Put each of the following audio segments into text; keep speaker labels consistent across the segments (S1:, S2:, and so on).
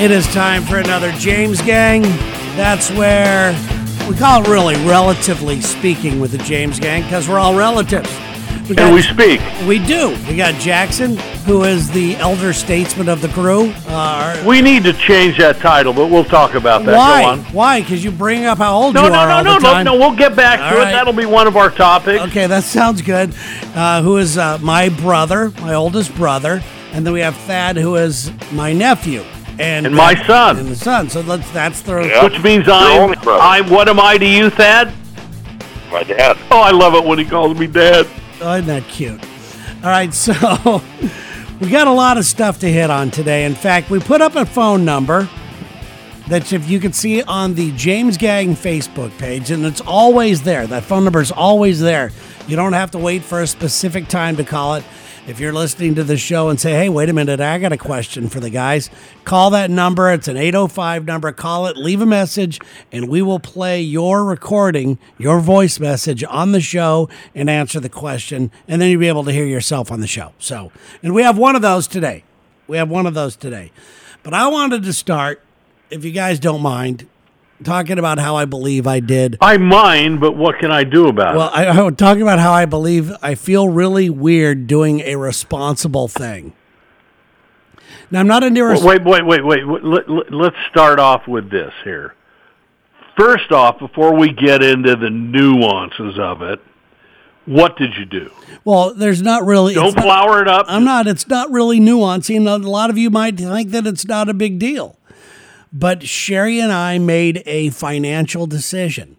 S1: It is time for another James Gang. That's where we call it really relatively speaking with the James Gang because we're all relatives. We
S2: And we speak.
S1: we do. We got Jackson, who is the elder statesman of the crew. Uh,
S2: We need to change that title, but we'll talk about that.
S1: why?
S2: Go on.
S1: Why? Because you bring up how old
S2: No,
S1: you
S2: no,
S1: are
S2: no,
S1: all
S2: no,
S1: the
S2: no,
S1: time.
S2: no. We'll get back
S1: All
S2: to
S1: right.
S2: it. That'll be one of our topics.
S1: Okay, that sounds good. Uh, who is uh, my brother, my oldest brother, and then we have Thad, who is my nephew, and,
S2: And my son.
S1: and the son. So that's that's the
S2: Which means
S3: only
S2: I'm,
S3: brother.
S2: I'm. What am I to you, Thad?
S3: My dad.
S2: Oh, I love it when he calls me dad.
S1: Oh, isn't that cute? All right, so we got a lot of stuff to hit on today. In fact, we put up a phone number that if you can see on the James Gang Facebook page, and it's always there. That phone number is always there. You don't have to wait for a specific time to call it. If you're listening to the show and say, hey, wait a minute, I got a question for the guys, call that number. It's an 805 number. Call it, leave a message, and we will play your recording, your voice message on the show and answer the question. And then you'll be able to hear yourself on the show. So, and we have one of those today. We have one of those today. But I wanted to start, if you guys don't mind, talking about how I believe I did.
S2: I mind, but what can I do about
S1: Well, I, I was talking about how I believe I feel really weird doing a responsible thing. Now, I'm not an
S2: it?
S1: irresponsible.
S2: Wait, wait, wait, wait. wait. Let, let, let's start off with this here. First off, before we get into the nuances of it, what did you do?
S1: Well, there's not really.
S2: Don't
S1: it's not-
S2: flower it up.
S1: I'm not. It's not really nuancy, and a lot of you might think that it's not a big deal. But Sherry and I made a financial decision.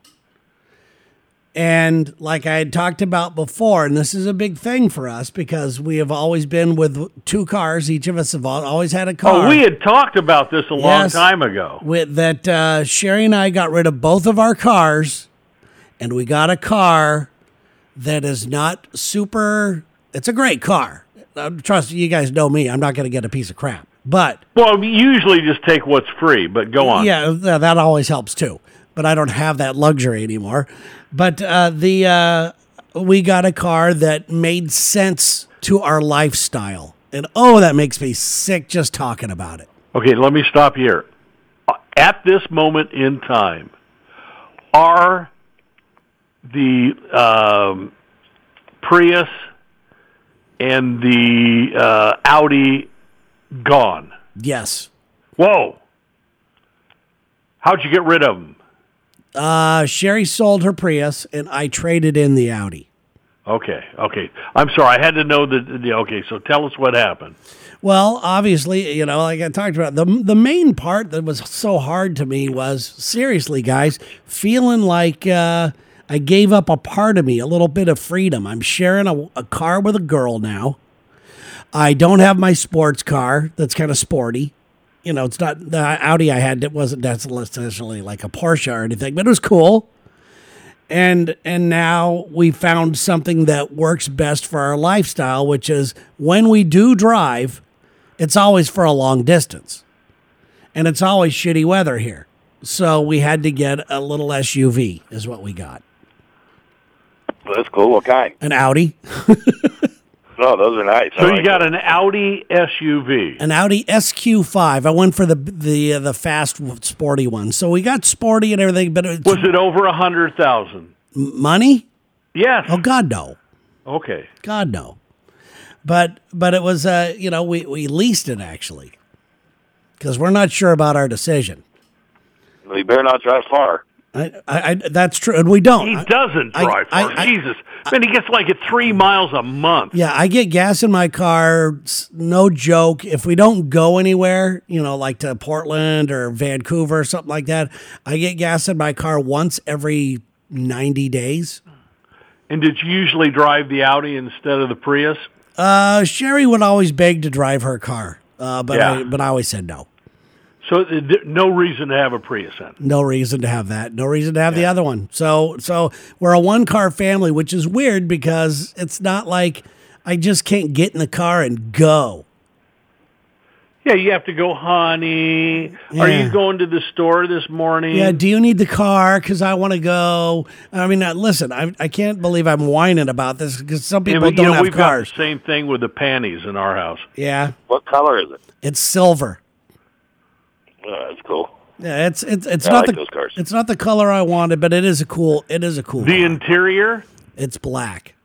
S1: And like I had talked about before, and this is a big thing for us because we have always been with two cars. Each of us have al- always had a car.
S2: Oh, we had talked about this a long
S1: Yes.
S2: time ago.
S1: with that uh, Sherry and I got rid of both of our cars, and we got a car that is not super. It's a great car. Uh, trust you guys know me. I'm not going to get a piece of crap, but
S2: Well, we usually just take what's free, but go on.
S1: yeah, th- that always helps too. But I don't have that luxury anymore. But uh, the uh, we got a car that made sense to our lifestyle, and oh, that makes me sick just talking about it.
S2: Okay, let me stop here. At this moment in time, are the um, Prius and the uh, Audi gone?
S1: Yes.
S2: Whoa. How'd you get rid of them?
S1: Uh, Sherry sold her Prius, and I traded in the Audi.
S2: Okay, okay. I'm sorry. I had to know that. the- Okay, so tell us what happened.
S1: Well, obviously, you know, like I talked about, the the main part that was so hard to me was seriously, guys, feeling like uh, I gave up a part of me, a little bit of freedom. I'm sharing a, a car with a girl now. I don't have my sports car. That's kind of sporty. You know, it's not the Audi I had. It wasn't necessarily like a Porsche or anything, but it was cool. and and now we found something that works best for our lifestyle which is when we do drive it's always for a long distance and it's always shitty weather here so we had to get a little SUV is what we got
S3: That's cool. What kind?
S1: an Audi
S3: No, those are nice. I
S2: So you
S3: like
S2: got
S3: it.
S2: an Audi SUV.
S1: an Audi SQ5 I went for the the uh, the fast sporty one so we got sporty and everything but it's
S2: Was it over a hundred thousand?
S1: money
S2: Yes.
S1: oh god no
S2: Okay.
S1: God no. But but it was uh you know we we leased it actually because we're not sure about our decision.
S3: You better not drive far.
S1: I, I, I that's true, and we don't.
S2: He
S1: I-
S2: doesn't
S1: I-
S2: drive
S1: I-
S2: far.
S1: I-
S2: Jesus, man, he gets like at three miles a month.
S1: yeah, I get gas in my car. s- No joke. If we don't go anywhere, you know, like to Portland or Vancouver or something like that, I get gas in my car once every ninety days.
S2: And did you usually drive the Audi instead of the Prius?
S1: Uh, Sherry would always beg to drive her car, uh, but I,
S2: Yeah.
S1: but I always said no.
S2: So th- th- no reason to have a Prius then.
S1: no reason to have that. No reason to have the other one. So so we're a one car family, which is weird because it's not like I just can't get in the car and go.
S2: Yeah, you have to go, honey. Are
S1: Yeah.
S2: you going to the store this morning?
S1: Yeah, do you need the car? Because I want to go. I mean, uh, listen, I, I can't believe I'm whining about this because some
S2: Yeah,
S1: people
S2: but,
S1: don't
S2: you know,
S1: have
S2: we've
S1: cars.
S2: got the same thing with the panties in our house.
S1: Yeah,
S3: What color is it?
S1: it's silver.
S3: Uh, that's cool.
S1: Yeah, it's it's it's
S3: I
S1: not
S3: like
S1: the
S3: those cars.
S1: it's not the color I wanted, but it is a cool it is a cool.
S2: The
S1: car.
S2: interior?
S1: it's black.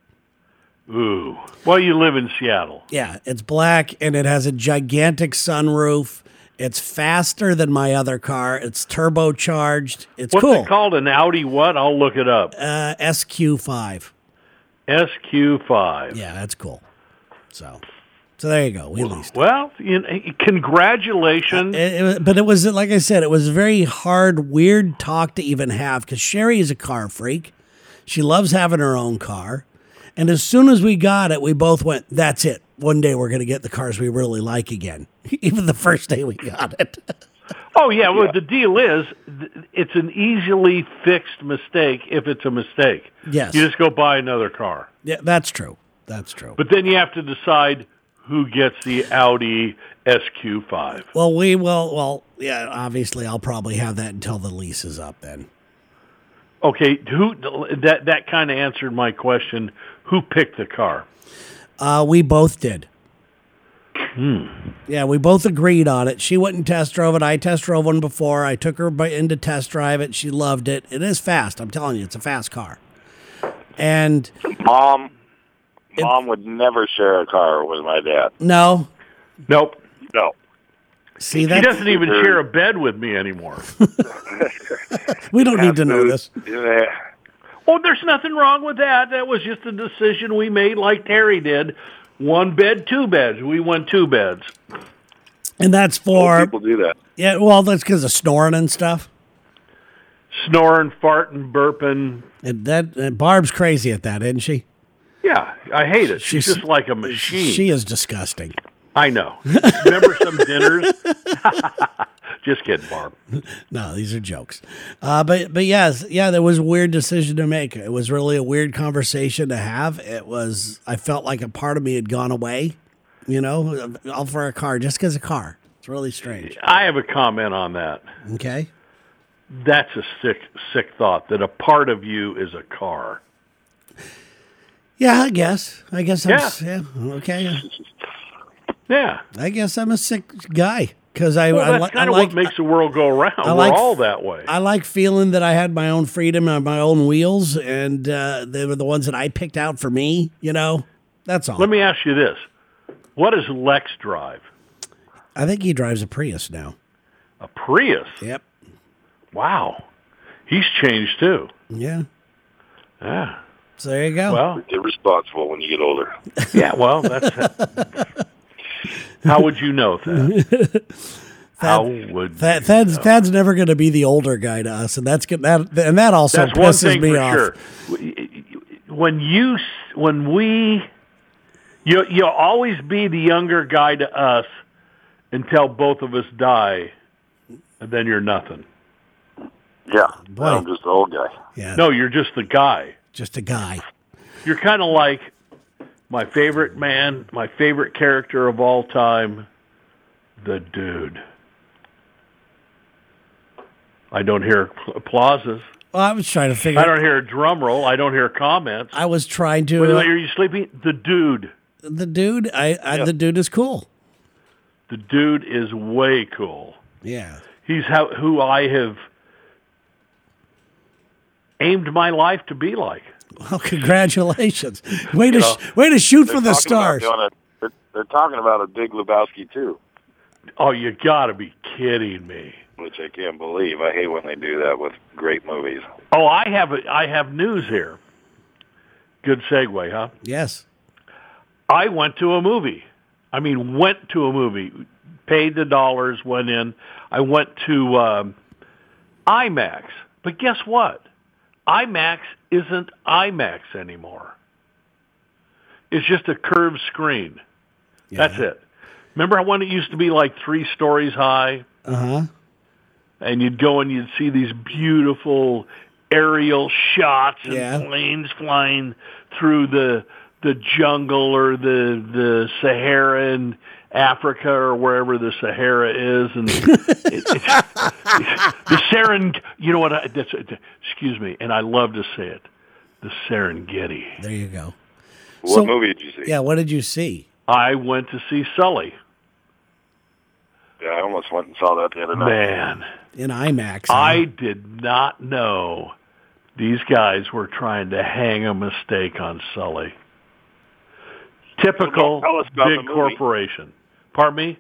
S2: Ooh. Well, you live in Seattle.
S1: Yeah, it's black and it has a gigantic sunroof. It's faster than my other car. It's turbocharged. It's
S2: What's
S1: cool.
S2: it called? An Audi what? I'll look it up.
S1: Uh, SQ5.
S2: SQ5.
S1: Yeah, that's cool. So, so there you go. We leased.
S2: Well, you know, congratulations.
S1: It, it was- but it was like I said, it was a very hard, weird talk to even have because Sherry is a car freak. She loves having her own car, and as soon as we got it, we both went, "That's it. One day we're going to get the cars we really like again." even the first day we got it.
S2: oh, yeah. Well, the deal is th- it's an easily fixed mistake if it's a mistake.
S1: Yes.
S2: You just go buy another car.
S1: yeah, that's true. That's true.
S2: But then you have to decide who gets the Audi SQ5.
S1: Well, we will. Well, yeah. Obviously, I'll probably have that until the lease is up. Then
S2: Okay, who that that kind of answered my question. Who picked the car?
S1: uh, we both did. Yeah, we both agreed on it. She went and test drove it. I test drove one before. I took her by- in to test drive it. She loved it. It is fast. I'm telling you, it's a fast car. And
S3: Mom, mom would never share a car with my dad.
S1: no,
S2: Nope.
S3: No.
S1: see
S2: He
S1: that
S2: doesn't even share a bed with me anymore.
S1: we don't need to know this.
S3: Yeah.
S2: Oh, there's nothing wrong with that. That was just a decision we made, like Terry did. One bed, two beds. We went two beds.
S1: And that's for
S3: People do that.
S1: yeah. Well, that's because of snoring and stuff.
S2: Snoring, farting, burping.
S1: And that and Barb's crazy at that, isn't she?
S2: Yeah, I hate it. She's,
S1: She's-
S2: just like a machine.
S1: She is disgusting.
S2: I know. Remember some dinners? just kidding, Barb.
S1: No, these are jokes. Uh, but but yes, yeah, that was a weird decision to make. It was really a weird conversation to have. It was I felt like a part of me had gone away, you know, all for a car just because a car. It's really strange.
S2: I have a comment on that.
S1: Okay.
S2: That's a sick, sick thought that a part of you is a car.
S1: Yeah, I guess. I guess I'm
S2: Yeah.
S1: yeah. Okay.
S2: Yeah.
S1: I guess I'm a sick guy because I,
S2: Well,
S1: I,
S2: that's
S1: li- I
S2: kind of
S1: like
S2: what makes the world go around. We're
S1: like-
S2: all that way.
S1: I like feeling that I had my own freedom and my own wheels, and uh, they were the ones that I picked out for me. You know, that's all.
S2: Let me ask you this. What does Lex drive?
S1: I think he drives a Prius now.
S2: A Prius.
S1: Yep.
S2: Wow. He's changed too.
S1: Yeah.
S2: Yeah.
S1: So there you go.
S2: Well,
S3: Get responsible when you get older.
S2: yeah, well, that's How would you know that? How would
S1: Thad, Thad's, Thad's never going to be the older guy to us, and that's good. That and that also
S2: That's one
S1: pisses
S2: thing
S1: me
S2: for
S1: off.
S2: sure. When you s- when we you you'll always be the younger guy to us until both of us die and then you're nothing.
S3: Yeah.
S1: Boy.
S3: I'm just an old guy.
S1: Yeah,
S2: No, you're just the guy.
S1: just a guy.
S2: you're kind of like my favorite man, my favorite character of all time, the dude. I don't hear applauses.
S1: Well, I was trying to figure.
S2: I don't hear a drum roll. I don't hear comments.
S1: I was trying to. uh,
S2: Wait, wait, are you sleeping? The dude.
S1: the dude, I, I the dude is cool.
S2: The dude is way cool.
S1: Yeah,
S2: He's how, who I have aimed my life to be like.
S1: Well, congratulations. Way to sh- way to shoot for the
S3: Talking about
S1: stars.
S3: doing a- they're, they're talking about a big Lebowski, too,
S2: Oh, you got to be kidding me.
S3: which I can't believe. I hate when they do that with great movies.
S2: Oh, I have a, I have news here. Good segue, huh?
S1: Yes.
S2: I went to a movie. I mean, went to a movie, paid the dollars, went in. I went to um, IMAX, but guess what? IMAX isn't IMAX anymore. It's just a curved screen. That's it. Remember when it used to be like three stories high,
S1: Uh huh.
S2: and you'd go and you'd see these beautiful aerial shots and
S1: Yeah.
S2: planes flying through the the jungle or the the Sahara in Africa or wherever the Sahara is, and it, it's, the Seren. You know what? I, that's, excuse me, and I love to say it, the Serengeti.
S1: There you go.
S3: What
S1: So-
S3: movie did you see?
S1: Yeah. What did you see?
S2: I went to see Sully.
S3: Yeah, I almost went and saw that the other night.
S2: Man,
S1: in IMAX. huh?
S2: I did not know these guys were trying to hang a mistake on Sully. Typical
S3: Tell us about the
S2: big
S3: movie.
S2: corporation. Pardon me?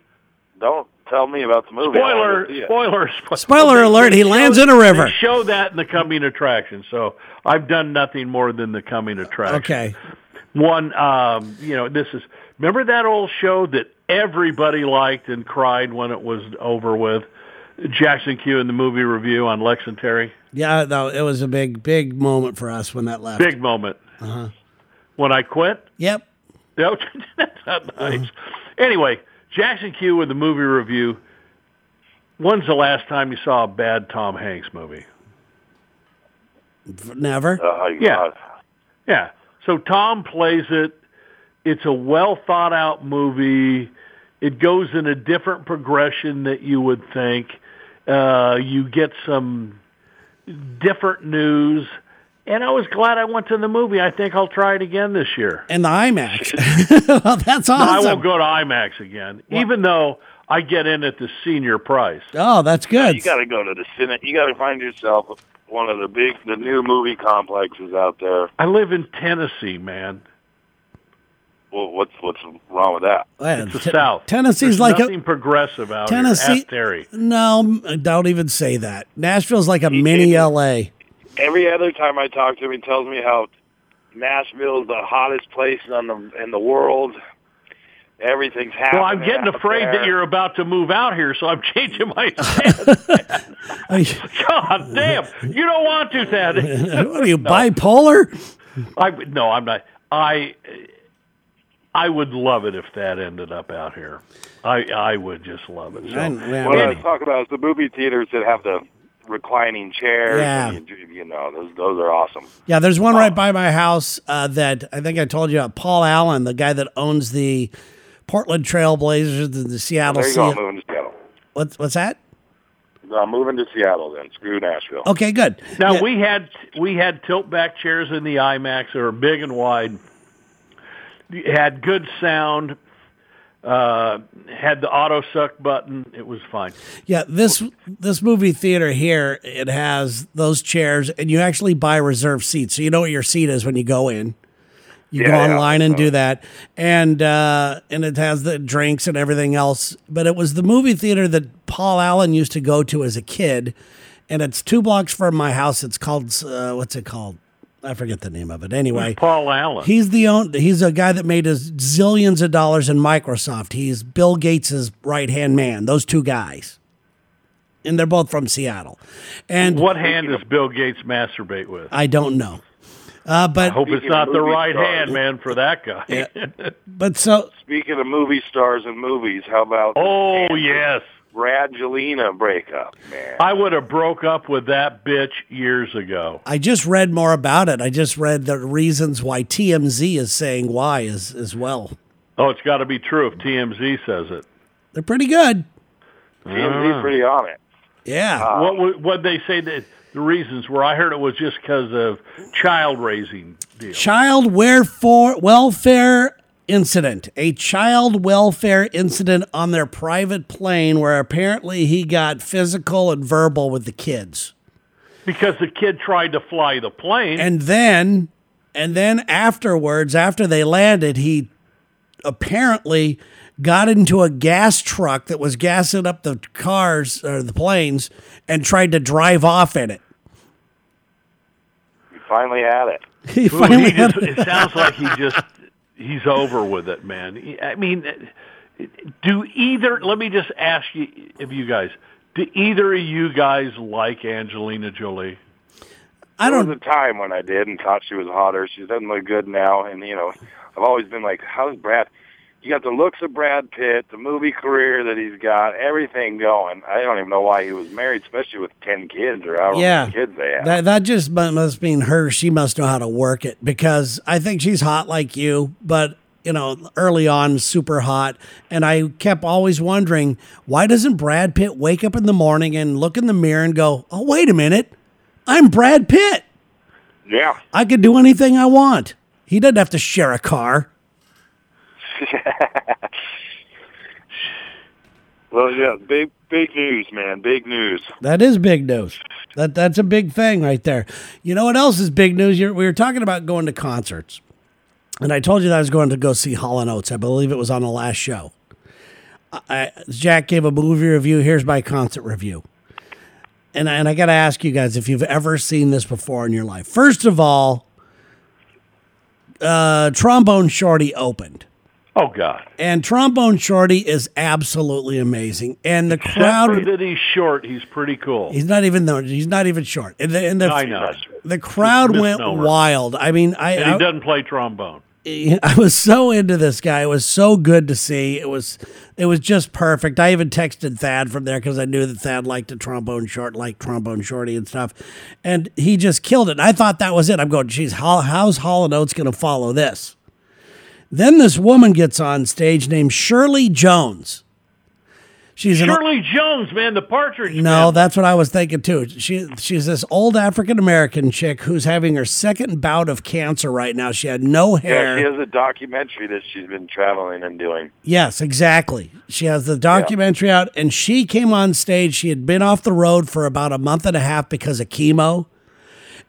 S3: Don't tell me about the movie. I wanna
S2: Spoiler,
S3: see it.
S2: spoiler, spoiler.
S1: Spoiler alert, he
S2: They
S1: lands
S2: show-
S1: in a river.
S2: They show that in the coming attraction. So I've done nothing more than the coming attraction.
S1: Okay.
S2: One, um, you know, this is, remember that old show that everybody liked and cried when it was over with? Jackson Q in the movie review on Lex and Terry?
S1: Yeah, though it was a big, big moment for us when that left.
S2: Big moment. When I quit,
S1: Yep.
S2: No, that's not nice. Anyway, Jackson Q with the movie review. When's the last time you saw a bad Tom Hanks movie?
S1: F- Never.
S3: Oh,
S2: Yeah.
S3: God.
S2: Yeah. So Tom plays it. It's a well thought out movie. It goes in a different progression that you would think. Uh, you get some different news. And I was glad I went to the movie. I think I'll try it again this year.
S1: And the IMAX. well, that's
S2: I
S1: awesome.
S2: won't go to IMAX again, even though I get in at the senior price.
S1: oh, that's good.
S3: You got to go to the cine. You got to find yourself one of the big, the new movie complexes out there.
S2: I live in Tennessee, man.
S3: Well, what's what's wrong with that?
S1: Man,
S2: It's the
S1: Te-
S2: South.
S1: Tennessee's
S2: There's
S1: like
S2: nothing
S1: a
S2: progressive out here.
S1: Tennessee.
S2: Ask Terry.
S1: No, m- don't even say that. Nashville's like a mini
S3: did.
S1: LA.
S3: Every other time I talk to him, he tells me how Nashville is the hottest place in the in the world. Everything's happening.
S2: Well, I'm getting
S3: out
S2: afraid that
S3: there.
S2: you're about to move out here, so I'm changing my stance. God damn, you don't want to, Thad.
S1: what are you bipolar?
S2: I no, I'm not. I I would love it if that ended up out here. I I would just love it. So,
S1: I- man,
S3: What I
S1: man.
S3: was talking about is the movie theaters that have the reclining chairs.
S1: Yeah.
S3: and you, you know, those those are awesome.
S1: Yeah, there's one
S2: Oh.
S1: right by my house uh, that I think I told you about. Paul Allen, the guy that owns the Portland Trailblazers
S2: Oh,
S1: and the Seattle
S3: There you go. I'm
S1: Sea-
S3: moving to Seattle.
S1: What's, what's that?
S3: I'm moving to Seattle then. Screw Nashville.
S2: Oh.
S1: Okay, good.
S2: Now
S1: Yeah.
S2: we had we had tilt back chairs in the IMAX that were big and wide. It had good sound. Uh, had the auto suck button. It was fine.
S1: Yeah, this this movie theater here it has those chairs, and you actually buy reserved seats, so you know what your seat is when you go in. You go
S3: Yeah, yeah.
S1: online and do that, and uh, and it has the drinks and everything else. But it was the movie theater that Paul Allen used to go to as a kid, and it's two blocks from my house. It's called uh, what's it called? I forget the name of it. Anyway,
S2: Paul Allen.
S1: He's the own, he's a guy that made his zillions of dollars in Microsoft. He's Bill Gates' right hand man. Those two guys, and they're both from Seattle. And
S2: what hand does Bill Gates masturbate with?
S1: I don't know, uh, but
S2: Hope it's
S3: Speaking
S2: not
S3: of
S2: the
S3: movie
S2: right
S3: stars.
S2: hand, man, for that guy.
S1: but so
S3: Speaking of movie stars and movies, how about
S2: oh yes,
S3: Brangelina breakup, man?
S2: I would have broke up with that bitch years ago.
S1: I just read more about it. I just read the reasons why TMZ is saying why as as well.
S2: Oh, it's got to be true if TMZ says it.
S1: They're pretty good. Ah.
S3: TMZ pretty on it.
S1: Yeah.
S2: What would what they say that the reasons were? I heard it was just because of child raising deal.
S1: Child welfare welfare incident. A child welfare incident on their private plane where apparently he got physical and verbal with the kids.
S2: because the kid tried to fly the plane.
S1: And then and then afterwards after they landed he apparently got into a gas truck that was gassing up the cars or the planes and tried to drive off in it.
S3: We finally had it.
S1: He
S2: Ooh, he
S1: finally
S2: just,
S1: had,
S2: it sounds like he just he's over with it, man. He- I mean, do either? Let me just ask you, if you guys, do either of you guys like Angelina Jolie?
S1: I
S3: There
S1: don't
S3: was a time when I did and thought she was hotter. She doesn't look good now, and you know, I've always been like, how's Brad? You got the looks of Brad Pitt, the movie career that he's got, everything going. I don't even know why he was married, especially with ten kids or however
S1: Yeah.
S3: many kids they had.
S1: That that just mu- must mean her. She must know how to work it because I think she's hot like you, but you know, early on, super hot. And I kept always wondering why doesn't Brad Pitt wake up in the morning and look in the mirror and go, "Oh, wait a minute, I'm Brad Pitt.
S3: yeah.
S1: I could do anything I want. He doesn't have to share a car."
S3: Well, yeah, big big news, man. Big news.
S1: That is big news. That that's a big thing right there. You know what else is big news? You're, we were talking about going to concerts, and I told you that I was going to go see Hall and Oates. I believe it was on the last show. I, Jack gave a movie review. Here's my concert review. And I, and I got to ask you guys if you've ever seen this before in your life. First of all, uh, Trombone Shorty opened.
S2: Oh God!
S1: And Trombone Shorty is absolutely amazing. And the
S2: Except
S1: crowd
S2: for that he's short. He's pretty cool.
S1: He's not even though he's not even short. And the, and the,
S2: I know.
S1: the crowd went
S2: Misnomer.
S1: wild. I mean, I
S2: and he
S1: I-
S2: doesn't play trombone.
S1: I was so into this guy. It was so good to see. It was it was just perfect. I even texted Thad from there because I knew that Thad liked the trombone short, liked trombone shorty and stuff, and he just killed it. I thought that was it. I'm going, geez, how, how's Hall and Oates going to follow this? Then this woman gets on stage named Shirley Jones. She's an
S2: Shirley Jones, man, the Partridge.
S1: no,
S2: man.
S1: that's what I was thinking too. She she's this old African American chick who's having her second bout of cancer right now. She had no hair.
S3: Yeah, she has a documentary that she's been traveling and doing.
S1: Yes, exactly. She has the documentary out, and she came on stage. She had been off the road for about a month and a half because of chemo,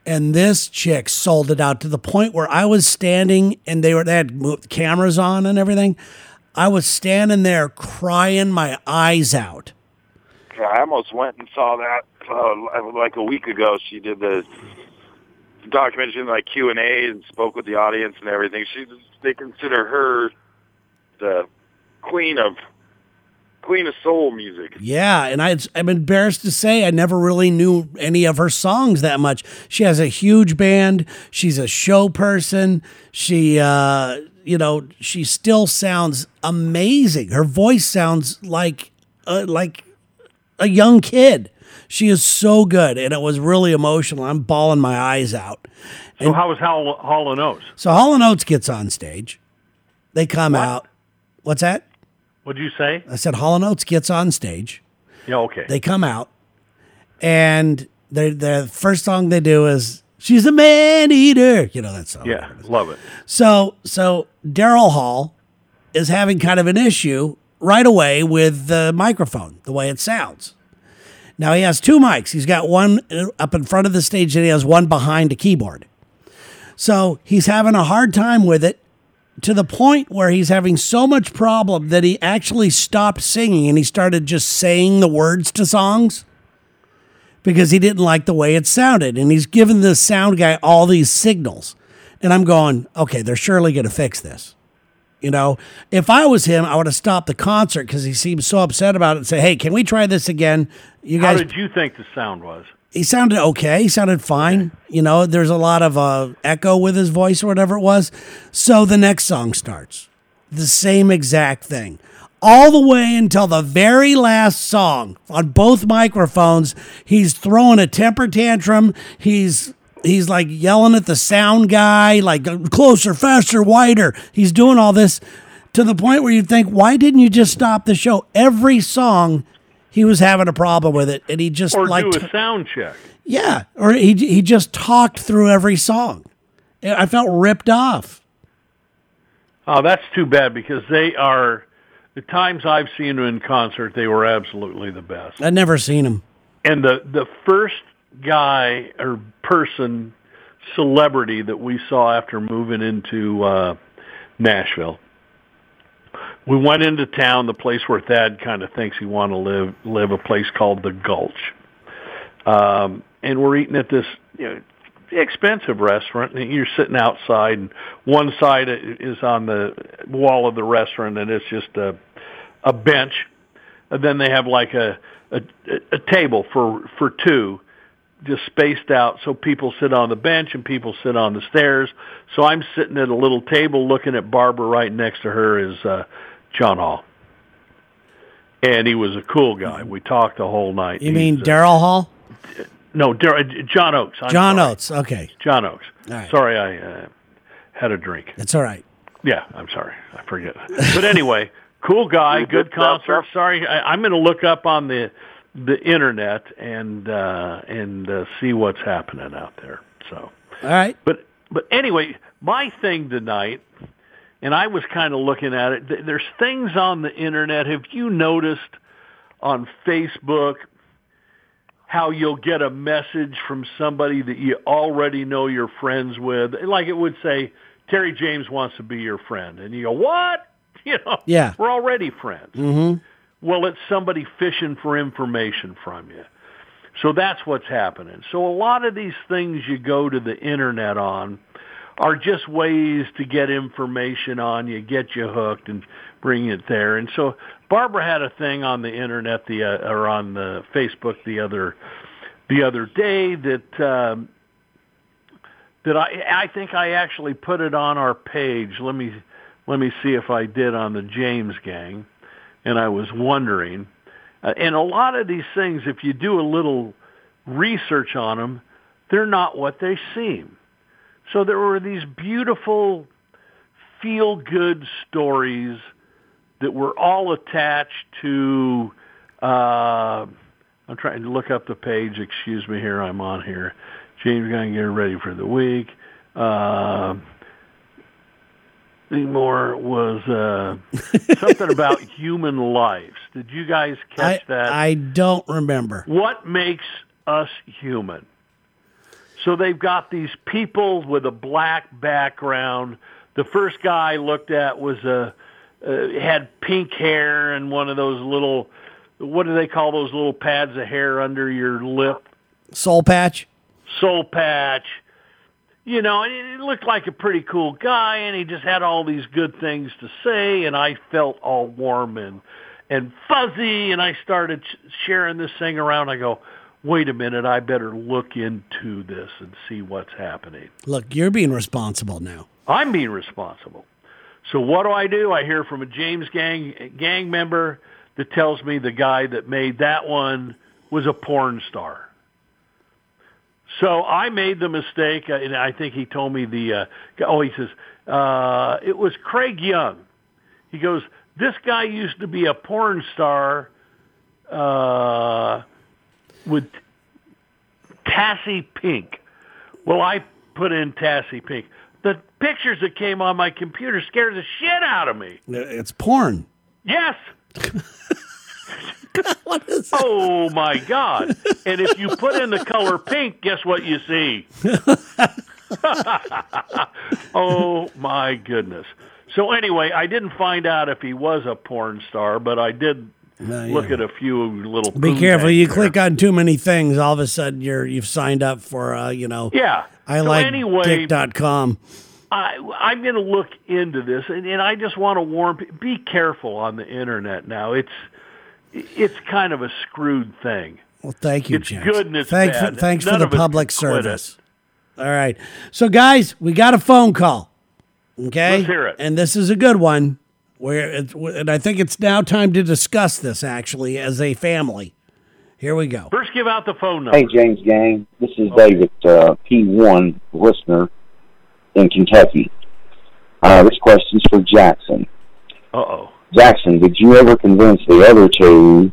S1: and this chick sold it out to the point where I was standing, and they were they had moved cameras on and everything. I was standing there crying my eyes out.
S3: Yeah, I almost went and saw that uh, like a week ago. She did the documentary like Q and A and spoke with the audience and everything. She they consider her the queen of queen of soul music.
S1: Yeah, and I, I'm embarrassed to say I never really knew any of her songs that much. She has a huge band. She's a show person. She, uh, you know, she still sounds amazing. Her voice sounds like uh, like a young kid. She is so good, and it was really emotional. I'm bawling my eyes out.
S2: So how was Hall, Hall and Oates?
S1: So Hall and Oates gets on stage. They come out. What's that?
S2: What'd you say?
S1: I said Hall and Oates gets on stage.
S2: Yeah, okay.
S1: they come out and their their first song they do is she's a man eater you know that song
S2: yeah, love it.
S1: so so daryl hall is having kind of an issue right away with the microphone the way it sounds now he has two mics he's got one uh, up in front of the stage and he has one behind a keyboard so he's having a hard time with it to the point where he's having so much problem that he actually stopped singing and he started just saying the words to songs because he didn't like the way it sounded and he's given the sound guy all these signals and i'm going okay they're surely going to fix this you know if i was him i would have stopped the concert because he seemed so upset about it and say hey can we try this again you
S2: How
S1: guys
S2: did you think the sound was?
S1: he sounded okay. He sounded fine. You know, there's a lot of uh, echo with his voice or whatever it was. So the next song starts. The same exact thing. All the way until the very last song on both microphones. He's throwing a temper tantrum. He's he's like yelling at the sound guy, like uh, closer, faster, wider. He's doing all this to the point where you think, why didn't you just stop the show? Every song he was having a problem with it and he just
S2: Or
S1: like
S2: do a sound check?
S1: yeah, or he he just talked through every song. And I felt ripped off.
S2: Oh, that's too bad because they are. The times I've seen them in concert, they were absolutely the best.
S1: I'd never seen him.
S2: And the the first guy or person celebrity that we saw after moving into uh, Nashville, we went into town, the place where Thad kind of thinks he want to live live, a place called the Gulch. um, and we're eating at this you know, expensive restaurant, and you're sitting outside, and one side is on the wall of the restaurant, and it's just a a bench, and then they have like a a, a table for for two. Just spaced out, so people sit on the bench and people sit on the stairs. So I'm sitting at a little table looking at Barbara. Right next to her is uh, John Hall, and he was a cool guy. We talked the whole night.
S1: You mean
S2: He's a-
S1: Daryl Hall?
S2: no, Dar- uh, John Oakes. I'm
S1: John
S2: sorry.
S1: Oates. Okay,
S2: John Oakes.
S1: All right.
S2: Sorry, I uh, had a drink.
S1: that's all right.
S2: Yeah, I'm sorry. I forget. But anyway, cool guy, good
S3: good stuff,
S2: concert. Sorry, I, I'm going to look up on the the internet and uh, and uh, see what's happening out there. So,
S1: All right.
S2: but but anyway, my thing tonight, and I was kind of looking at it. Th- there's things on the internet. Have you noticed on Facebook, how you'll get a message from somebody that you already know you're friends with. Like it would say, Terry James wants to be your friend. And you go, what? You know,
S1: Yeah.
S2: we're already friends.
S1: Mm-hmm.
S2: Well, it's somebody fishing for information from you. So that's what's happening. So a lot of these things you go to the internet on are just ways to get information on you, get you hooked, and bring it there. And so Barbara had a thing on the internet the uh, or on the Facebook the other the other day that um, that I I think I actually put it on our page. Let me let me see if I did on the James Gang, and I was wondering. Uh, and a lot of these things, if you do a little research on them, they're not what they seem. So there were these beautiful feel-good stories that were all attached to. Uh, I'm trying to look up the page. Excuse me, here I'm on here. James going to get ready for the week. Uh, Seymour was uh, something about human lives. Did you guys catch
S1: I,
S2: that?
S1: I don't remember.
S2: What makes us human? So they've got these people with a black background. The first guy I looked at was a uh, had pink hair and one of those little what do they call those little pads of hair under your lip
S1: Soul patch.
S2: soul patch. You know, and he looked like a pretty cool guy, and he just had all these good things to say, and I felt all warm and and fuzzy, and I started sh- sharing this thing around. I go, wait a minute, I better look into this and see what's happening.
S1: Look, you're being responsible now.
S2: I'm being responsible. So what do I do? I hear from a James gang gang member that tells me the guy that made that one was a porn star. So I made the mistake, uh, and I think he told me the. Uh, g- oh, he says uh, it was Craig Young. He goes, "This guy used to be a porn star uh, with Tassie Pink." Well, I put in Tassie Pink. The pictures that came on my computer scared the shit out of me.
S1: It's porn.
S2: Yes.
S1: What is that?
S2: Oh my God. And if you put in the color pink, guess what you see? oh my goodness. So anyway, I didn't find out if he was a porn star, but I did
S1: yeah.
S2: look at a few little.
S1: Be
S2: poo
S1: careful.
S2: bags
S1: You
S2: there.
S1: click on too many things, all of a sudden you're you've signed up for uh, you know
S2: Yeah.
S1: I
S2: so
S1: like
S2: anyway,
S1: dick.com.
S2: I, I'm going to look into this, and, and I just want to warn: pe- be careful on the internet now. It's it's kind of a screwed thing.
S1: Well, thank you,
S2: It's
S1: James.
S2: good and it's
S1: Thank-
S2: bad.
S1: Thanks for
S2: None
S1: the
S2: of us
S1: public
S2: can quit
S1: service. All right. So, guys, we got a phone call. Okay.
S2: Let's hear it.
S1: And this is a good one. Where it's, and I think it's now time to discuss this actually as a family. Here we go.
S2: First, give out the phone number.
S4: Hey, James Gang. This is David, uh, P1 listener in Kentucky. Uh, this question's for Jackson.
S2: Uh oh.
S4: Jackson, did you ever convince the other two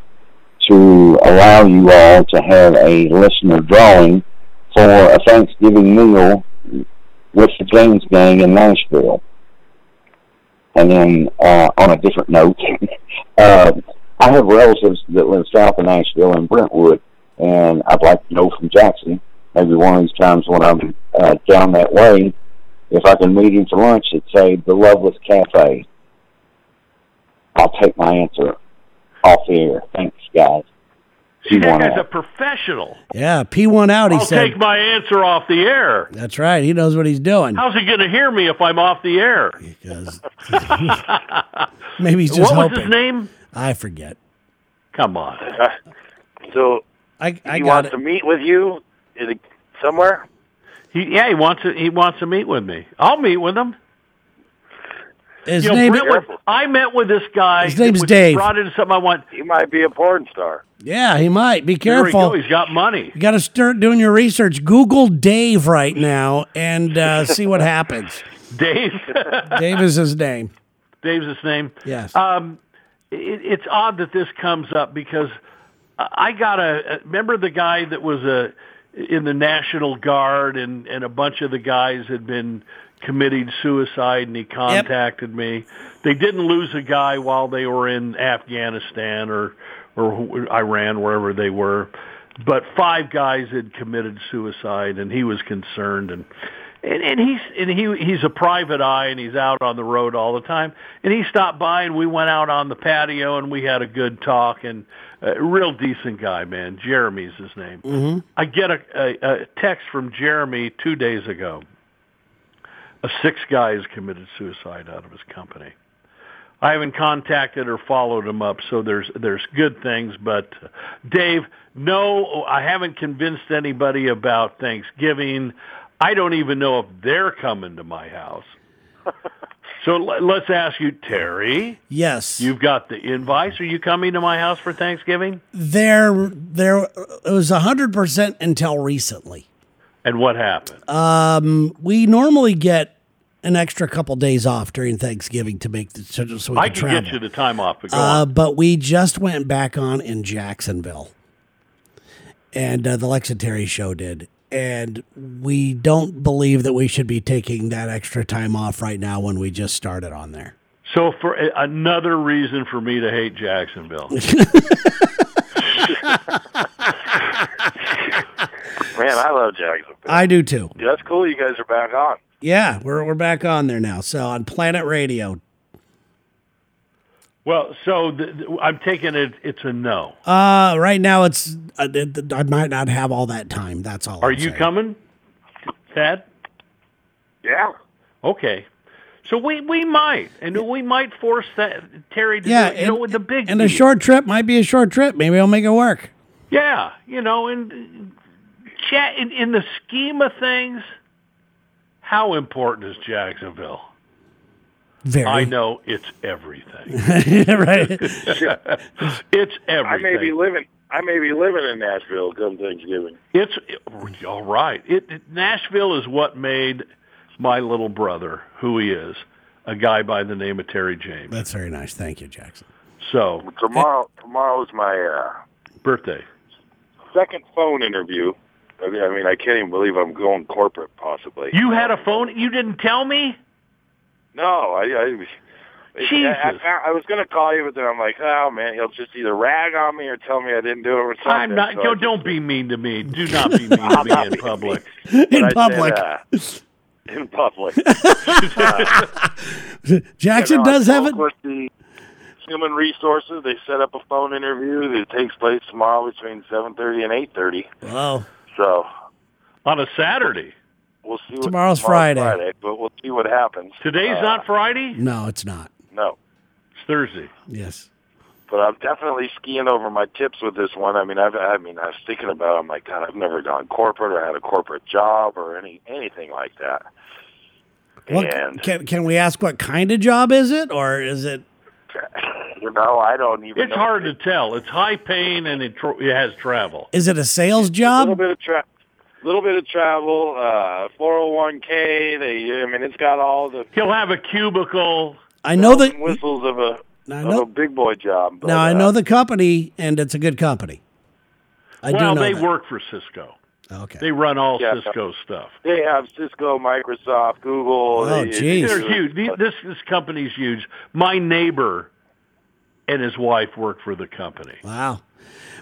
S4: to allow you all to have a listener drawing for a Thanksgiving meal with the James Gang in Nashville? And then, uh, on a different note, uh, I have relatives that live south of Nashville in Brentwood, and I'd like to know from Jackson, maybe one of these times when I'm uh, down that way, if I can meet him for lunch at, say, the Loveless Cafe. I'll take my answer off the air. Thanks, guys.
S2: See, that
S4: P1
S2: guy's a
S4: out.
S2: professional.
S1: Yeah. P1 out, he
S2: I'll
S1: said.
S2: take my answer off the air.
S1: That's right. He knows what he's doing.
S2: How's he going to hear me if I'm off the air?
S1: Because maybe he's just
S2: what was
S1: hoping.
S2: his name?
S1: I forget.
S2: Come on.
S3: So
S1: I, I
S3: he
S1: got
S3: wants
S1: it.
S3: to meet with you is it somewhere.
S2: He, yeah, he wants to. He wants to meet with me. I'll meet with him.
S1: His
S2: You know,
S1: name.
S2: Brentwood- I met with this guy.
S1: His name's
S2: which
S1: Dave.
S2: Brought into something I want.
S3: He might be a porn star.
S1: Yeah, he might. Be
S2: There we
S1: careful.
S2: go. He's got money.
S1: You got to start doing your research. Google Dave right now and uh, see what happens.
S2: Dave.
S1: Dave is his name.
S2: Dave's his name.
S1: Yes.
S2: Um, it, it's odd that this comes up because I I got a remember the guy that was a in the National Guard and and a bunch of the guys had been committed suicide and he contacted me. They didn't lose a guy while they were in Afghanistan or or who- Iran, wherever they were. But five guys had committed suicide, and he was concerned. And and, and he's and he he's a private eye, and he's out on the road all the time. And he stopped by, and we went out on the patio, and we had a good talk. And a real decent guy, man. Jeremy's his name. Mm-hmm. I get a, a, a text from Jeremy two days ago. Uh, six guys committed suicide out of his company. I haven't contacted or followed him up, so there's there's good things. But uh, Dave, no, I haven't convinced anybody about Thanksgiving. I don't even know if they're coming to my house. so le- let's ask you, Terry.
S1: Yes.
S2: You've got the invites. Are you coming to my house for Thanksgiving?
S1: there there it was 100% until recently.
S2: And what happened?
S1: We normally get an extra couple days off during Thanksgiving to make the so, so we
S2: I
S1: can
S2: can
S1: travel.
S2: get you the time off, but go
S1: Uh,
S2: on.
S1: but we just went back on in Jacksonville, and uh, the Lexitary show did, and we don't believe that we should be taking that extra time off right now when we just started on there.
S2: So for a- another reason for me to hate Jacksonville.
S3: Man, I love Jacksonville.
S1: I do too.
S3: Yeah, that's cool. You guys are back on.
S1: Yeah, we're we're back on there now. So on Planet Radio.
S2: well, so th- th- I'm taking it. It's a no.
S1: Uh, right now it's uh, th- th- I might not have all that time. That's all.
S2: Are
S1: I'm
S2: you
S1: saying.
S2: coming, Thad?
S3: Yeah.
S2: Okay. So we, we might, and we might force that Terry to
S1: Yeah,
S2: do it, you know, with the big
S1: and a
S2: deal.
S1: short trip might be a short trip. Maybe I'll make it work.
S2: Yeah, you know, and chat in, in the scheme of things, how important is Jacksonville?
S1: Very.
S2: I know it's everything.
S1: right.
S2: It's
S3: I
S2: everything.
S3: may be living. I may be living in Nashville come Thanksgiving.
S2: It's it, all right. It, it- Nashville is what made my little brother, who he is, a guy by the name of Terry James.
S1: That's very nice. Thank you, Jackson.
S2: So
S3: Tomorrow, tomorrow's my uh,
S2: birthday.
S3: second phone interview. I mean, I mean, I can't even believe I'm going corporate. Possibly.
S2: You had a phone. You didn't tell me.
S3: No, I. I
S2: Jesus.
S3: I, I, found- I was gonna call you, but then I'm like, oh man, he'll just either rag on me or tell me I didn't do it or something.
S2: I'm not.
S3: So I
S2: yo,
S3: just-
S2: don't be mean to me. Do not be mean to me in public.
S1: In
S3: I said,
S1: public,
S3: uh, in public. uh,
S1: Jackson
S3: You know, I
S1: does have it.
S3: spoke With the human resources, they set up a phone interview that takes place tomorrow between seven thirty and eight thirty.
S1: Wow.
S3: So
S2: On a Saturday.
S3: we'll see. What,
S1: Tomorrow's Friday.
S3: but we'll see what happens.
S2: Today's
S3: Uh,
S2: not Friday.
S1: No, it's not.
S3: no.
S2: It's Thursday.
S1: Yes.
S3: But I'm definitely skiing over my tips with this one. I mean, I've, I mean, I was thinking about. It. I'm like, God, I've never gone corporate or had a corporate job or any anything like that.
S1: What,
S3: and
S1: can can we ask what kind of job is it, or is it?
S3: you know, I don't even.
S2: It's
S3: know.
S2: hard to tell. It's high paying and it, tr- it has travel.
S1: Is it a sales
S3: A little
S1: job?
S3: bit of tra- little bit of travel, uh, 401k. They, I mean, it's got all the
S2: He'll have a cubicle.
S1: I know that.
S3: bells and whistles of a
S1: I
S3: of
S1: know-
S3: a big boy job. But,
S1: Now I
S3: uh,
S1: know the company, and it's a good company. I
S2: well,
S1: do know
S2: they
S1: that.
S2: work for Cisco.
S1: Okay.
S2: They run all
S3: Yeah.
S2: Cisco stuff.
S3: They have Cisco, Microsoft, Google.
S1: Oh,
S3: they-
S1: geez.
S2: They're huge. The- This this company's huge. My neighbor and his wife work for the company.
S1: wow.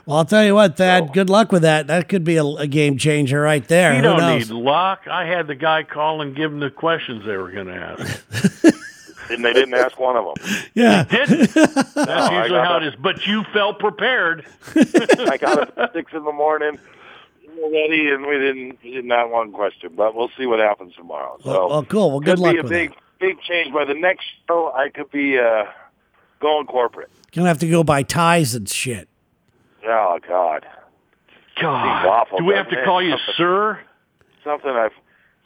S1: Well, I'll tell you what, Thad. good luck with that. That could be a, a game changer right there.
S2: You
S1: Who
S2: don't
S1: knows?
S2: need luck. I had the guy call and give him the questions they were going to ask.
S3: And they didn't ask one of them.
S1: yeah.
S2: Didn't. That's
S3: I
S2: usually
S3: got
S2: how it
S3: that.
S2: is. But you felt prepared.
S3: I got up at six in the morning. we were Ready, and we didn't we did not one question, but we'll see what happens tomorrow. So
S1: Well, well, cool. Well, good
S3: could
S1: luck
S3: be a
S1: with
S3: big big change by the next show. I could be uh, going corporate.
S1: Gonna have to go buy ties and shit.
S3: Oh God. These
S2: God.
S3: waffles
S2: Do we
S3: are
S2: have to
S3: thick.
S2: call you sir?
S3: something I've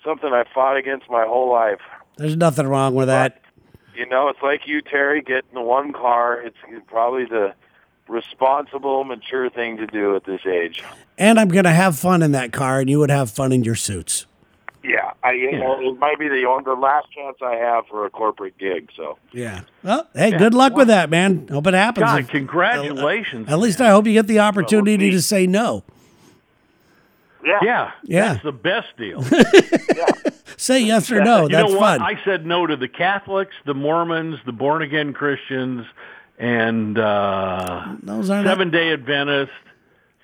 S3: something I fought against my whole life.
S1: There's nothing wrong with that.
S3: You know, it's like you, Terry, getting the one car. It's probably the responsible, mature thing to do at this age.
S1: And I'm gonna have fun in that car, and you would have fun in your suits.
S3: Yeah, I you know it might be the on- the last chance I have for a corporate gig. So
S1: Yeah. Well, hey, good luck with that, man. Hope it happens.
S2: God,
S1: If-
S2: congratulations.
S1: At least I hope you get the opportunity to say no.
S3: yeah,
S2: Yeah.
S1: Yeah.
S2: That's the best deal.
S1: Say yes or no.
S2: You
S1: That's
S2: know what?
S1: fun.
S2: I said no to the Catholics, the Mormons, the born again Christians, and uh,
S1: Those aren't
S2: Seven Day Adventist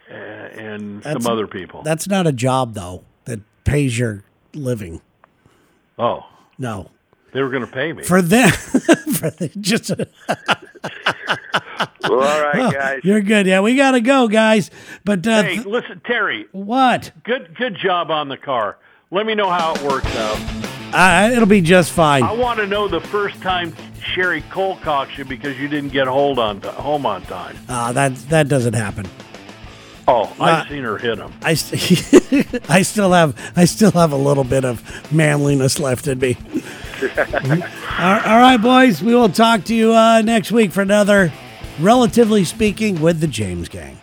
S2: uh, and
S1: That's-
S2: some other people.
S1: That's not a job though that pays your living.
S2: Oh,
S1: No,
S2: they were going to pay me.
S1: for them, for the, just
S3: Well, all right, guys.
S1: you're good. Yeah, we gotta go, guys. But uh,
S2: hey,
S1: th-
S2: listen, Terry,
S1: what?
S2: good good job on the car. Let me know how it works out.
S1: I, it'll be just fine.
S2: I want to know the first time Sherry Colcox you because you didn't get hold on t- home on time.
S1: Uh, that that doesn't happen.
S2: Oh,
S1: Uh,
S2: I've seen her hit him.
S1: I, st- I still have I still have a little bit of manliness left in me. all, all right, boys. We will talk to you uh, next week for another, relatively speaking, with the James Gang.